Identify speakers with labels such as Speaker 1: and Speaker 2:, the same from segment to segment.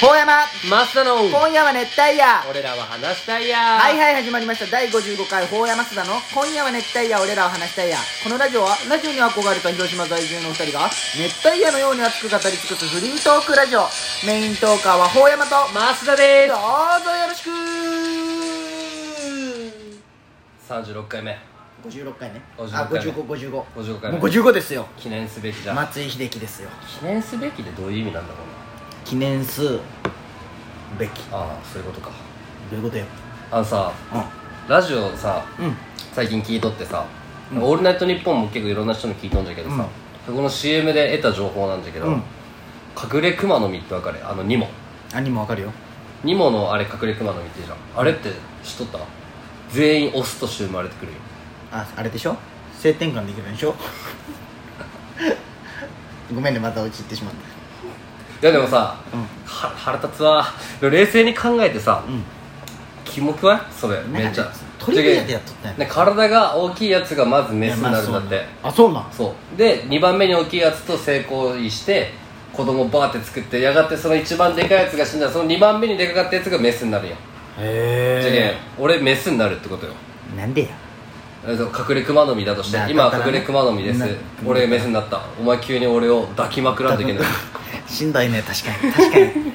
Speaker 1: ほうやま
Speaker 2: マスタの
Speaker 1: 今夜は熱帯夜
Speaker 2: 俺らは話したいや
Speaker 1: はいはい始まりました第55回ほうやますだの今夜は熱帯夜俺らを話したいやこのラジオはラジオに憧れた広島在住のお二人が熱帯夜のように熱く語り尽くすフリートークラジオメイントーカーはほうやまと
Speaker 2: マスタで
Speaker 1: どうぞよろしく
Speaker 2: す36回目
Speaker 1: 56回ね
Speaker 2: 55
Speaker 1: あ
Speaker 2: 回ね
Speaker 1: 5555も
Speaker 2: 55
Speaker 1: う
Speaker 2: 回目
Speaker 1: 55ですよ
Speaker 2: 記念すべきじゃん、
Speaker 1: 松井秀喜ですよ
Speaker 2: 記念すべきでどういう意味なんだろう
Speaker 1: 記念すべき
Speaker 2: なああそういうことか
Speaker 1: どういうことよ
Speaker 2: あのさラジオさ
Speaker 1: うんうん
Speaker 2: 最近聞いとってさ「
Speaker 1: うん
Speaker 2: オールナイトニッポン」も結構いろんな人に聞いとんじゃけどさ、そこの CM で得た情報なんじゃけど、
Speaker 1: うん
Speaker 2: 隠れ熊の実ってわかるあのニモ
Speaker 1: 兄もわかるよ
Speaker 2: ニモのあれ隠れ熊の実ってじゃんあれって知っとった全員オスとして生まれてくるよ
Speaker 1: ああれでしょ性転換できるでしょごめんねまた落ちてしまっ
Speaker 2: いやでもさ、
Speaker 1: うん
Speaker 2: は腹立つわでも冷静に考えてさ、
Speaker 1: うん
Speaker 2: キモくないそれ
Speaker 1: た
Speaker 2: めっちゃ
Speaker 1: トリビアでやっとったん
Speaker 2: ね体が大きいやつがまずメスに
Speaker 1: いやま
Speaker 2: な
Speaker 1: あ
Speaker 2: るん
Speaker 1: そう
Speaker 2: だって、
Speaker 1: あそうなん
Speaker 2: そうで2番目に大きいやつと性行為して子供バーって作ってやがてその一番でかいやつが死んだらその2番目にでかかったやつがメスになるやん、じゃけん
Speaker 1: へ
Speaker 2: 俺メスになるってことよ
Speaker 1: えなんでや
Speaker 2: えっと隠れ熊の実だとして
Speaker 1: な
Speaker 2: 今
Speaker 1: だから
Speaker 2: 隠
Speaker 1: ね
Speaker 2: れ熊の実です
Speaker 1: な
Speaker 2: 俺メスになったお前急に俺を抱きまくらんといけない
Speaker 1: しんどいね確かに確かに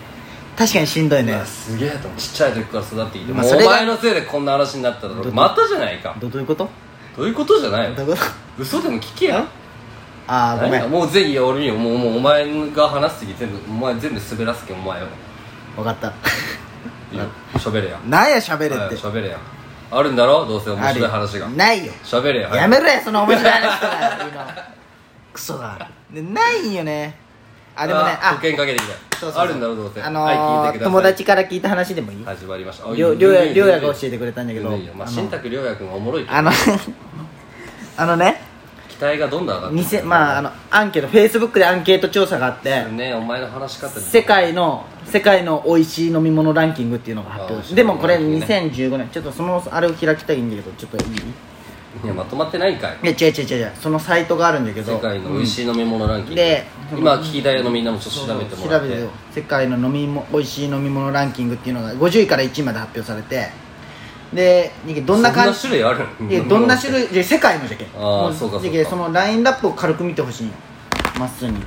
Speaker 1: 確かにしんどいね
Speaker 2: あすげえと思うちっちゃい時から育ってきて、
Speaker 1: まあ
Speaker 2: もう
Speaker 1: そ
Speaker 2: お
Speaker 1: れが
Speaker 2: 前のせいでこんな話になっただろ
Speaker 1: ど
Speaker 2: またじゃないか
Speaker 1: どどういうこと
Speaker 2: どういうことじゃない
Speaker 1: どうい
Speaker 2: の
Speaker 1: うこと
Speaker 2: 嘘でも聞けやん
Speaker 1: あーごめん
Speaker 2: 何やもうぜひ俺にもうもうお前が話す時全部お前全部滑らすけんお前を
Speaker 1: 分かった
Speaker 2: いいよ喋れや
Speaker 1: なんや喋れ
Speaker 2: はい
Speaker 1: って
Speaker 2: 喋れやあるんだろどうせ面
Speaker 1: ある
Speaker 2: 白い話が
Speaker 1: ないよ
Speaker 2: 喋れや
Speaker 1: や
Speaker 2: め
Speaker 1: めろやその面白い話とかいうの クソだでないんよねあでもね
Speaker 2: 保険かけてきた
Speaker 1: そうそうそう
Speaker 2: あるんだろどうせ
Speaker 1: あの
Speaker 2: はい聞いて
Speaker 1: ー
Speaker 2: ください
Speaker 1: 友達から聞いた話でもいい
Speaker 2: 始まりましたあ
Speaker 1: りょ
Speaker 2: いい
Speaker 1: りょうや
Speaker 2: いい
Speaker 1: りょうや
Speaker 2: いい
Speaker 1: が教えてくれたんだけど
Speaker 2: いいよまあ
Speaker 1: あの
Speaker 2: 新宅りょうやくんはおもろいけど
Speaker 1: あの あのね
Speaker 2: 期待がどんどん上がって
Speaker 1: 偽まああのアンケートフェイスブックでアンケート調査があって
Speaker 2: ねお前の話し方
Speaker 1: 世界の世界の美味しい飲み物ランキングっていうのが発
Speaker 2: あ美
Speaker 1: 表
Speaker 2: 味しい
Speaker 1: でもこれ
Speaker 2: ランキ
Speaker 1: 2015年ちょっとそのあれを開きたいんだけどちょっといい
Speaker 2: いやまとまってないんかい
Speaker 1: いや違う違う違う違うそのサイトがあるんだけど
Speaker 2: 世界の美味しい飲み物ランキング、
Speaker 1: で
Speaker 2: 今聞きたいのみんなもちょっと調べてもらっ
Speaker 1: 調
Speaker 2: て
Speaker 1: べてよ世界の飲みも美味しい飲み物ランキングっていうのが50位から1位まで発表されてでどんな感じ
Speaker 2: そんな種類ある
Speaker 1: いやどんな種類で世界のじゃけん
Speaker 2: あー
Speaker 1: も
Speaker 2: そうかそうか
Speaker 1: じゃけんそのラインナップを軽く見てほしいんよまっすぐに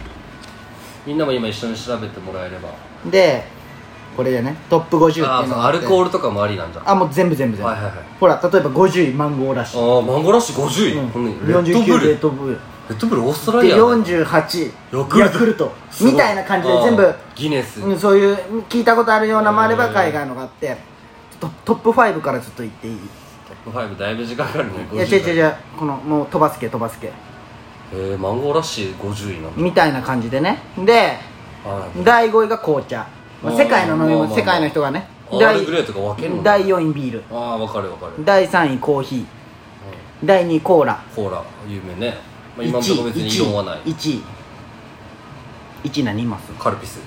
Speaker 2: みんなも今一緒に調べてもらえれば
Speaker 1: でこれでねトップ50っていう
Speaker 2: ああ
Speaker 1: の
Speaker 2: そう
Speaker 1: があ
Speaker 2: ア
Speaker 1: って
Speaker 2: ルコールとかもありなんじゃんあ
Speaker 1: あもう全部全部全部、
Speaker 2: はいはいはい
Speaker 1: ほら例えば50位マンゴーらしい、
Speaker 2: あマンゴラッシュ50位、
Speaker 1: うん、
Speaker 2: このレッドブ
Speaker 1: 49
Speaker 2: ル
Speaker 1: レ
Speaker 2: レ
Speaker 1: ッドブル
Speaker 2: ッドブルオーストラ
Speaker 1: で
Speaker 2: リア
Speaker 1: 48位ヤクルト
Speaker 2: すご
Speaker 1: みたいな感じで
Speaker 2: あー
Speaker 1: 全部
Speaker 2: ギネス、
Speaker 1: うん、そういう聞いたことあるようなもあれば
Speaker 2: へー
Speaker 1: 海外のがあってちょっとトップ5からちょっと言っていい
Speaker 2: トップ5だいぶ時間かかるね
Speaker 1: いや違う違う
Speaker 2: う
Speaker 1: 違うこのもう飛ばすけ飛ばすけ
Speaker 2: えー、マンゴラッシュ50位なんだ
Speaker 1: みたいな感じでねで
Speaker 2: あ
Speaker 1: 第5位が紅茶、まあ、
Speaker 2: あー
Speaker 1: 世界の飲み
Speaker 2: まあまあま
Speaker 1: 物
Speaker 2: あ
Speaker 1: 世界の人がね
Speaker 2: ーアール
Speaker 1: 第
Speaker 2: グレーとか分けるの
Speaker 1: 第4位ビール
Speaker 2: ああ分かる分かる、
Speaker 1: 第3位コーヒー第2位コーラ
Speaker 2: コーラ有名ね、まあ、
Speaker 1: 1
Speaker 2: 今のところ別に異論はない
Speaker 1: 位1位1位何言います
Speaker 2: カルピス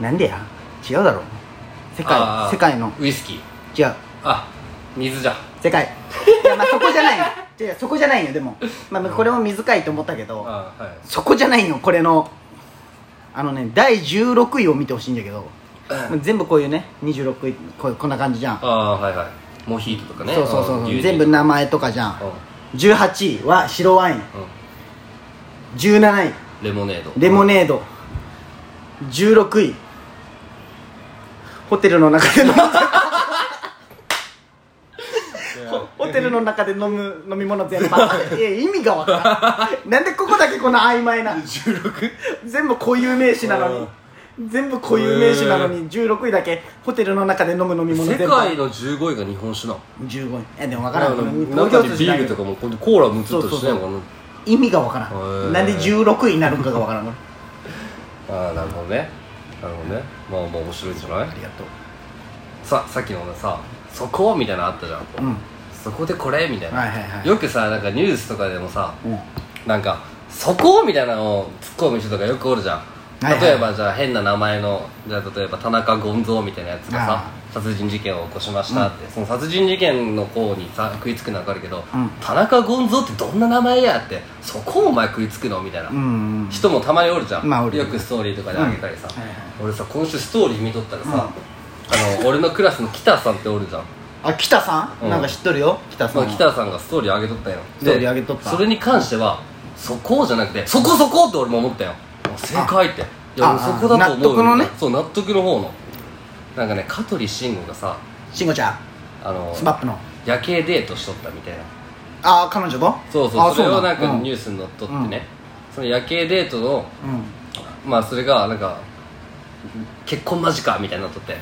Speaker 1: なんでや違うだろ世界
Speaker 2: あー
Speaker 1: 世界の
Speaker 2: ウイスキー
Speaker 1: 違う
Speaker 2: あ水じゃん
Speaker 1: 世界いやまあそこじゃないの違うそこじゃないよでも、まあ、これも水かいと思ったけど
Speaker 2: あはい
Speaker 1: そこじゃないのこれのあのね第16位を見てほしいんだけど、全部こういうね26位こうこんな感じじゃん、
Speaker 2: ああはいはいモヒートとかね
Speaker 1: そうそうそうそ
Speaker 2: あ牛
Speaker 1: う
Speaker 2: 乳
Speaker 1: 全部名前とかじゃん
Speaker 2: うん
Speaker 1: 18位は白ワイン
Speaker 2: う
Speaker 1: 17位
Speaker 2: んレモネード
Speaker 1: レモネード16位ホテルの中 で飲むホテルの中で飲む飲み物全般いや意味がわからんなんでここだけこの曖昧な
Speaker 2: 16?
Speaker 1: 全部固有名詞なのに全部固有名詞なのに16位だけホテルの中で飲む飲み物
Speaker 2: 世
Speaker 1: 全
Speaker 2: 界
Speaker 1: 般
Speaker 2: の15位が日本酒なの
Speaker 1: 15位えでもわからん
Speaker 2: 中
Speaker 1: これ
Speaker 2: に
Speaker 1: 投票数
Speaker 2: ビ
Speaker 1: しない
Speaker 2: ールとかもこうコーラも映ったり
Speaker 1: そうそうそ
Speaker 2: しな
Speaker 1: う
Speaker 2: いもんね
Speaker 1: 意味がわから
Speaker 2: ー
Speaker 1: んなんで16位になるんかがわからん これ
Speaker 2: ああなるほどねなるほどねまあまあ面白いんじゃない
Speaker 1: ありがとう
Speaker 2: ささっきの俺さ「そこ」みたいなのあったじゃん
Speaker 1: うん
Speaker 2: そこでこれみたい
Speaker 1: はいはい
Speaker 2: な
Speaker 1: はい
Speaker 2: よくさなんかニュースとかでもさ
Speaker 1: うん
Speaker 2: なんか「そこ」みたいなのを突っ込む人とかよくおるじゃん
Speaker 1: いはい
Speaker 2: 例えばじゃあ変な名前のじゃあ例えば田中ゴンゾーみたいなやつがさ
Speaker 1: あ
Speaker 2: 殺人事件を起こしましたって、その殺人事件の方にさ食いつくのは分かるけど、
Speaker 1: うん
Speaker 2: 田中ゴンゾってどんな名前やってそこお前食いつくのみたいな、
Speaker 1: うん
Speaker 2: 人もたまにおるじゃん、
Speaker 1: まあおる
Speaker 2: よくストーリーとかであげたりさ、
Speaker 1: うんはいはい
Speaker 2: 俺さ今週ストーリー見とったらさ、あの俺のクラスの北さんっておるじゃん
Speaker 1: あ北さん、
Speaker 2: うん
Speaker 1: なんか知っとるよ北さん
Speaker 2: まあ、
Speaker 1: は
Speaker 2: 北さんがストーリー上げとったよ
Speaker 1: ストーリー上げとった
Speaker 2: それに関してはそこじゃなくてそこそこって俺も思ったよあ正解っていや
Speaker 1: あ
Speaker 2: 俺そこだと
Speaker 1: 納
Speaker 2: 思うよ
Speaker 1: 得のね
Speaker 2: そう納得の方のなんかね香取慎吾がさ
Speaker 1: 慎吾ちゃん
Speaker 2: あの
Speaker 1: スマップの
Speaker 2: 夜景デートしとったみたいな
Speaker 1: ああ彼女と
Speaker 2: そうそ
Speaker 1: あ
Speaker 2: うそれを
Speaker 1: だ
Speaker 2: なんか
Speaker 1: うん
Speaker 2: ニュースに載っとってね、その夜景デートの
Speaker 1: うん
Speaker 2: まあそれがなんか結婚間近みたいになっとって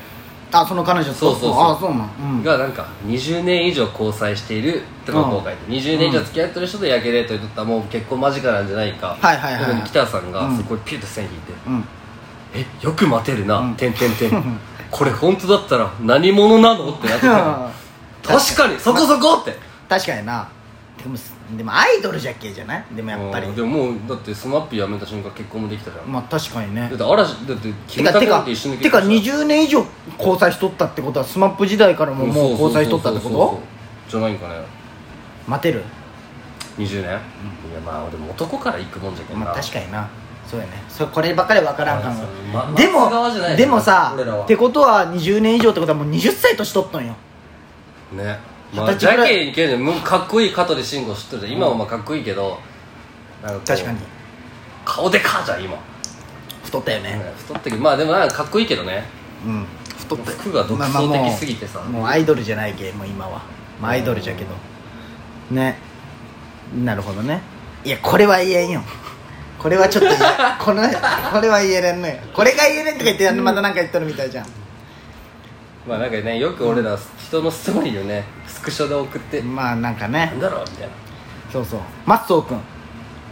Speaker 1: あその彼女と
Speaker 2: そうそうそう
Speaker 1: あそうなんうん
Speaker 2: がなんか20年以上交際しているとか後悔で20年以上付き合ってる人とやけれと言っとったらもう結婚間近なんじゃないか
Speaker 1: はいはいはいはい
Speaker 2: とうふうに北さん
Speaker 1: う
Speaker 2: が
Speaker 1: ん
Speaker 2: そこにピュッと線引いて
Speaker 1: うん
Speaker 2: 「えよく待てる
Speaker 1: う」
Speaker 2: なんてんてんてんこれ本当だったら何者なのってなってた確かにそこそこって
Speaker 1: 確かになでもでもアイドルじゃっけじゃないでもやっぱり
Speaker 2: うんでももうだってスマップ辞めた瞬間結婚もできたじゃん
Speaker 1: まあ確かにね
Speaker 2: だって嵐だってキ
Speaker 1: て
Speaker 2: ム
Speaker 1: か
Speaker 2: タ
Speaker 1: て
Speaker 2: クなん
Speaker 1: か
Speaker 2: て一緒に
Speaker 1: てか20年以上交際しとったってことはスマップ時代からももう交際しとったって
Speaker 2: そうそうそう
Speaker 1: こ
Speaker 2: そうじゃないんかね
Speaker 1: と待てる
Speaker 2: 20年いやまあ俺も男から行くもんじゃけんな
Speaker 1: まあ確かになそうやねそれこればっかりは分からんか
Speaker 2: あそう
Speaker 1: も、
Speaker 2: ま
Speaker 1: で
Speaker 2: 松川じゃな
Speaker 1: も
Speaker 2: いよ
Speaker 1: でもさ
Speaker 2: 俺らは
Speaker 1: ってことは20年以上ってことはもう20歳年取っとんよ
Speaker 2: ねまあ
Speaker 1: 二十
Speaker 2: ジ
Speaker 1: 歳
Speaker 2: ャ
Speaker 1: ぐらい
Speaker 2: ケにいけるもうかっこいい香取慎吾知ってるじゃん今はまあかっこいいけど、なんこう
Speaker 1: 確かに
Speaker 2: 顔でかじゃん今、
Speaker 1: 太ったよね
Speaker 2: 太ってるまあでもなんかかっこいいけどね
Speaker 1: うん太ったよ
Speaker 2: 服が独
Speaker 1: まあまあ
Speaker 2: 創
Speaker 1: もう
Speaker 2: 的すぎてさ、
Speaker 1: もうアイドルじゃないけもう今はまあアイドルじゃけどねなるほどねいやこれは言えんよこれはち ょっと言えこのこれは言えれんのよこれが言えれんとか言ってまたなんか言っとるみたいじゃん
Speaker 2: まあなんかねよく俺ら人のストーリーをねスクショで送って、
Speaker 1: まあなんか
Speaker 2: な
Speaker 1: ね
Speaker 2: んだろうみたいな
Speaker 1: そうそうマッソー君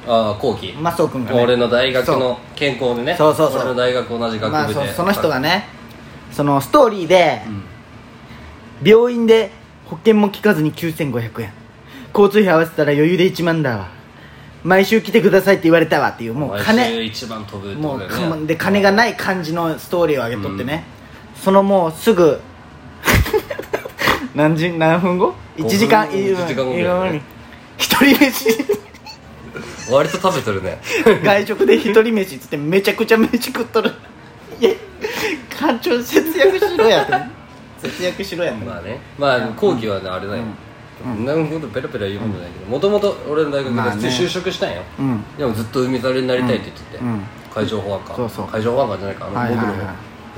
Speaker 2: ああ後期、
Speaker 1: マッソー君がね
Speaker 2: 俺の大学の健康でね
Speaker 1: そうそうそう
Speaker 2: 俺の大学同じ
Speaker 1: そう
Speaker 2: 学
Speaker 1: まあ
Speaker 2: 部で、
Speaker 1: そその人がねそのストーリーで
Speaker 2: うん
Speaker 1: 病院で保険も効かずに9500円交通費合わせたら余裕で1万だわ毎週来てくださいって言われたわっていうもう
Speaker 2: 毎週
Speaker 1: 金
Speaker 2: 一番飛ぶって
Speaker 1: も
Speaker 2: こ
Speaker 1: う
Speaker 2: と
Speaker 1: か
Speaker 2: だよ
Speaker 1: も
Speaker 2: ね
Speaker 1: で金がない感じのストーリーを上げとってね、そのもうす ぐ何時何分後1
Speaker 2: 五分
Speaker 1: 時間
Speaker 2: 一時間後ぐらいだね
Speaker 1: いい一人飯
Speaker 2: 割と食べてるね
Speaker 1: 外食で一人飯っつってめちゃくちゃ飯食っとるいや館長節約しろやって節約しろやって
Speaker 2: まあねまあ後期はねあれだよ、なるほどペラペラ言うことないけどもともと俺の大学で
Speaker 1: まあね
Speaker 2: 就職したんよ、
Speaker 1: うん
Speaker 2: でもずっと海猿になりたいって言ってて、
Speaker 1: うんうん
Speaker 2: 海上保安官
Speaker 1: そうそう
Speaker 2: 海上保安官じゃないかあの、
Speaker 1: はいはいはい
Speaker 2: 僕の方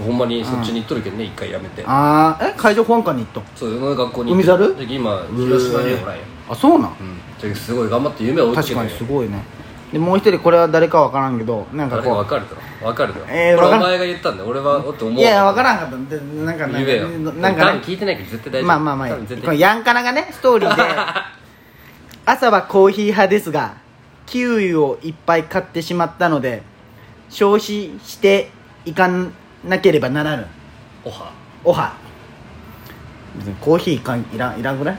Speaker 2: ほんまにそっちに行っとるけどね、一回やめて
Speaker 1: ああえ海上保安官に行った
Speaker 2: そういうの学校に
Speaker 1: 海猿
Speaker 2: で今広島におらんよ、
Speaker 1: あそうなん
Speaker 2: うんですごい頑張って夢を追いつけ
Speaker 1: 確
Speaker 2: て
Speaker 1: か
Speaker 2: る
Speaker 1: にすごいねでもう一人これは誰かわからんけどなんか
Speaker 2: 誰か
Speaker 1: こ
Speaker 2: 分かるだろ分かるだろ、
Speaker 1: えー
Speaker 2: これ
Speaker 1: わか
Speaker 2: お
Speaker 1: ん
Speaker 2: 前が言ったんだよ俺はおって
Speaker 1: う
Speaker 2: 思う
Speaker 1: い
Speaker 2: い
Speaker 1: やいやわからんかったでなんかなん
Speaker 2: 言えよ
Speaker 1: かなんか
Speaker 2: 多分
Speaker 1: ね
Speaker 2: 聞いてないけど絶対大丈夫
Speaker 1: まあまあまあ
Speaker 2: 多分絶
Speaker 1: この
Speaker 2: 対
Speaker 1: ヤンカナがねストーリー で朝はコーヒー派ですがキウイをいっぱい買ってしまったので消費していかなければならぬ
Speaker 2: オハ
Speaker 1: おは別にコーヒーいかんいらんいらんぐらい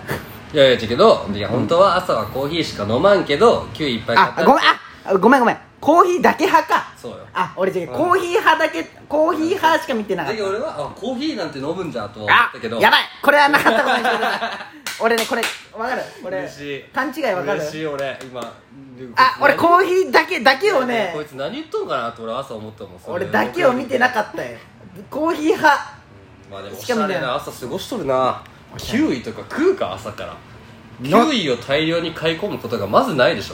Speaker 2: いやいや違うけどいや本当は朝はコーヒーしか飲まんけどキウイいっぱい買っ
Speaker 1: あ
Speaker 2: たら
Speaker 1: ごめんあごめんごめんコーヒーだけ派か
Speaker 2: そうよ
Speaker 1: あ俺違う、
Speaker 2: うん
Speaker 1: コーヒー派だけコーヒー派しか見てなか
Speaker 2: だ
Speaker 1: っ
Speaker 2: け
Speaker 1: た
Speaker 2: ど俺はあコーヒーなんて飲むんじゃとは思
Speaker 1: あ
Speaker 2: ったけど
Speaker 1: やばいこれはなかったことにしてください俺ねこれわかる俺
Speaker 2: 嬉しい
Speaker 1: 勘違いわかる
Speaker 2: 嬉しい俺今
Speaker 1: あ俺コーヒーだけだけを
Speaker 2: ね
Speaker 1: ね
Speaker 2: こいつ何言っとんかなって俺朝思ったもんそれ
Speaker 1: 俺だけを見てなかったよコーヒー派
Speaker 2: まあでもお
Speaker 1: し
Speaker 2: し
Speaker 1: かも
Speaker 2: ゃ
Speaker 1: ね
Speaker 2: れな朝過ごしとるなキウイとか食うか朝からキ
Speaker 1: の
Speaker 2: ウイを大量に買い込むことがまずないでし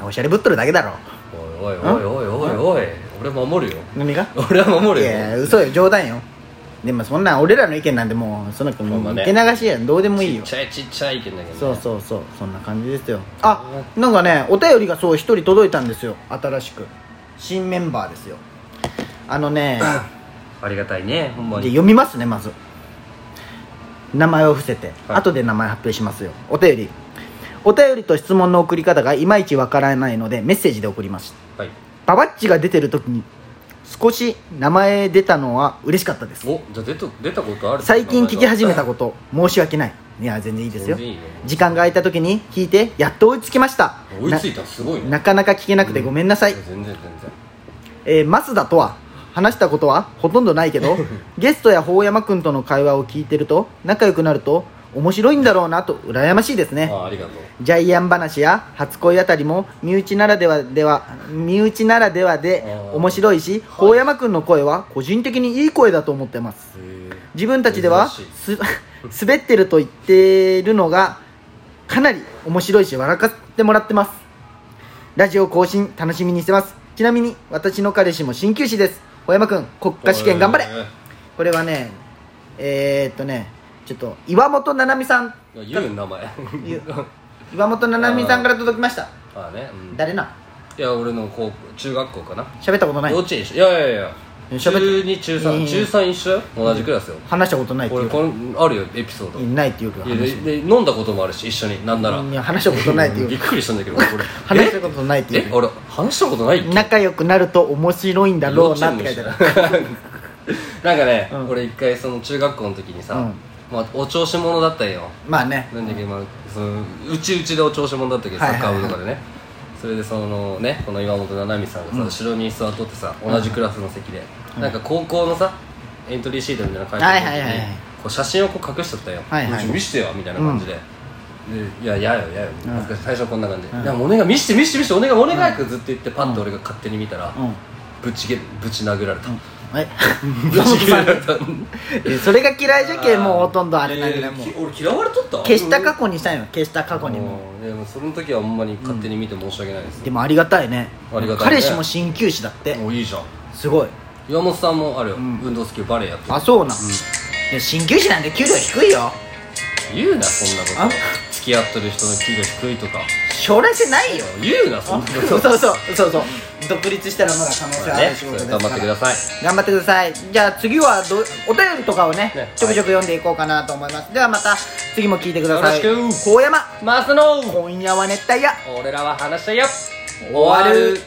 Speaker 2: ょ
Speaker 1: おしゃれぶっとるだけだろ
Speaker 2: おいおいおいおいおいおい俺守るよ
Speaker 1: 何が
Speaker 2: 俺は守
Speaker 1: い
Speaker 2: る
Speaker 1: や
Speaker 2: よ
Speaker 1: 嘘よ冗談よでもそんなん俺らの意見なんてもうそんな
Speaker 2: ほんま
Speaker 1: の
Speaker 2: ね
Speaker 1: 受け流しやんどうでもいい
Speaker 2: ちっ
Speaker 1: よ
Speaker 2: ちゃいちっちゃい意見だけど
Speaker 1: そう
Speaker 2: ね
Speaker 1: そうそうそんな感じですよあなんかねお便りがそう一人届いたんですよ新しく新メンバーですよあの ね
Speaker 2: ありがたいねほんま
Speaker 1: で
Speaker 2: に
Speaker 1: 読みますねまず名前を伏せて、
Speaker 2: はい
Speaker 1: 後で名前発表しますよお便りお便りと質問の送り方がいまいちわからないのでメッセージで送ります
Speaker 2: はい
Speaker 1: ババッチが出てる時に少し名前出たのは嬉しかったです
Speaker 2: おじゃあ出と出たことある
Speaker 1: 最近聞き始めた
Speaker 2: こ
Speaker 1: こと申し訳ないいや全然いいですよ
Speaker 2: 全然いいよ
Speaker 1: 時間が空いた時に聞いてやっと追いつきました
Speaker 2: 追いついたのすごいね
Speaker 1: ななかなか聞けなくてごめんなさい、
Speaker 2: 全然全然
Speaker 1: えー、マスダとは話したことはほとんどないけど ゲストや法山君との会話を聞いてると仲良くなると面白いんだろうなと羨ましいですね
Speaker 2: あありがとう
Speaker 1: ジャイアン話や初恋あたりも身内ならではでは身内ならではで
Speaker 2: あー
Speaker 1: 面白いし高山君の声は個人的にいい声だと思ってます自分たちでは
Speaker 2: 珍
Speaker 1: す 滑ってると言ってるのがかなり面白いし笑かってもらってますラジオ更新楽しみにしてますちなみに私の彼氏も鍼灸師です小山君国家試験頑張れこれはねえー、っとねちょっと岩本七海さん
Speaker 2: れ言う名前
Speaker 1: 言う岩本七海さんから届きました
Speaker 2: ああね、うん
Speaker 1: 誰ない
Speaker 2: や俺の高校中学校かな、
Speaker 1: 喋ったことない
Speaker 2: 幼稚園一緒いやいやいや
Speaker 1: 喋ってい
Speaker 2: 中二中3
Speaker 1: や
Speaker 2: 中3一緒よ同じクラスよ、
Speaker 1: 話したことないってい
Speaker 2: 俺
Speaker 1: う
Speaker 2: このあるよエピソード
Speaker 1: いないっていうか
Speaker 2: いやで
Speaker 1: 話
Speaker 2: で飲んだこともあるし一緒になんなら
Speaker 1: いや話したことないって
Speaker 2: び
Speaker 1: い
Speaker 2: っ
Speaker 1: う
Speaker 2: くりしたんだけど俺
Speaker 1: 話したことないって
Speaker 2: え
Speaker 1: い
Speaker 2: え
Speaker 1: う
Speaker 2: 俺話したことないっけ
Speaker 1: 仲良くなると面白いんだろうなって書いてある
Speaker 2: なんかね、
Speaker 1: うん
Speaker 2: 俺一回その中学校の時にさ、
Speaker 1: うん
Speaker 2: まあ、お調子者だったんよ
Speaker 1: まあね
Speaker 2: なんだけど、まあ、そのうちうちでお調子者だったけどサ
Speaker 1: はいは
Speaker 2: ッ
Speaker 1: い
Speaker 2: カ
Speaker 1: はい
Speaker 2: ー部とかでね、それでそのねこの岩本七海さんがさ、後ろに座っとってさ同じクラスの席で、なんか高校のさエントリーシートみたいなの書いてある時に、
Speaker 1: はいはいはいはい
Speaker 2: こう写真をこう隠しとったんよ、
Speaker 1: はいはい
Speaker 2: ちょっと見してよみたいな感じで、でいや、やよ、やよ、
Speaker 1: うん
Speaker 2: 恥ずかしい最初はこんな感じで、
Speaker 1: うん
Speaker 2: いや、もうお願い、見して、見して、見して、お願い、お願いってずっと言って、パッと俺が勝手に見たら、
Speaker 1: うん
Speaker 2: ぶちげ、ぶち殴られた。
Speaker 1: え
Speaker 2: ぶち切れられた
Speaker 1: それが嫌いじゃけんもうほとんどあれなんでねもう
Speaker 2: いやいやき俺嫌われとった
Speaker 1: 消した過去にしたんよ消した過去にも
Speaker 2: うんでもその時はほんまに勝手に見て申し訳ないです、
Speaker 1: でもありがたいね
Speaker 2: ありがたいね
Speaker 1: 彼氏も鍼灸師だって
Speaker 2: もういいじゃん
Speaker 1: すごい
Speaker 2: 岩本さんもあるよ、
Speaker 1: ん
Speaker 2: 運動好きバレエやってる
Speaker 1: あそうなんいや鍼灸師なんて給料低いよ
Speaker 2: 言うなそんな
Speaker 1: あ
Speaker 2: こと付き合ってる人の給料低いとか
Speaker 1: 将来性ないよ
Speaker 2: 言うなそんなこ
Speaker 1: そう
Speaker 2: と
Speaker 1: そうそうそうそう独立したらまだ可能性あ
Speaker 2: ね
Speaker 1: る仕事ですから
Speaker 2: 頑張ってください
Speaker 1: 頑張ってくださいじゃあ次はどお便りとかをね
Speaker 2: ね
Speaker 1: ちょくちょく読んでいこうかなと思います、ではまた次も聞いてください
Speaker 2: よろしく
Speaker 1: 高山
Speaker 2: マスの
Speaker 1: 今夜は熱帯夜
Speaker 2: 俺らは話したいよ
Speaker 1: 終わる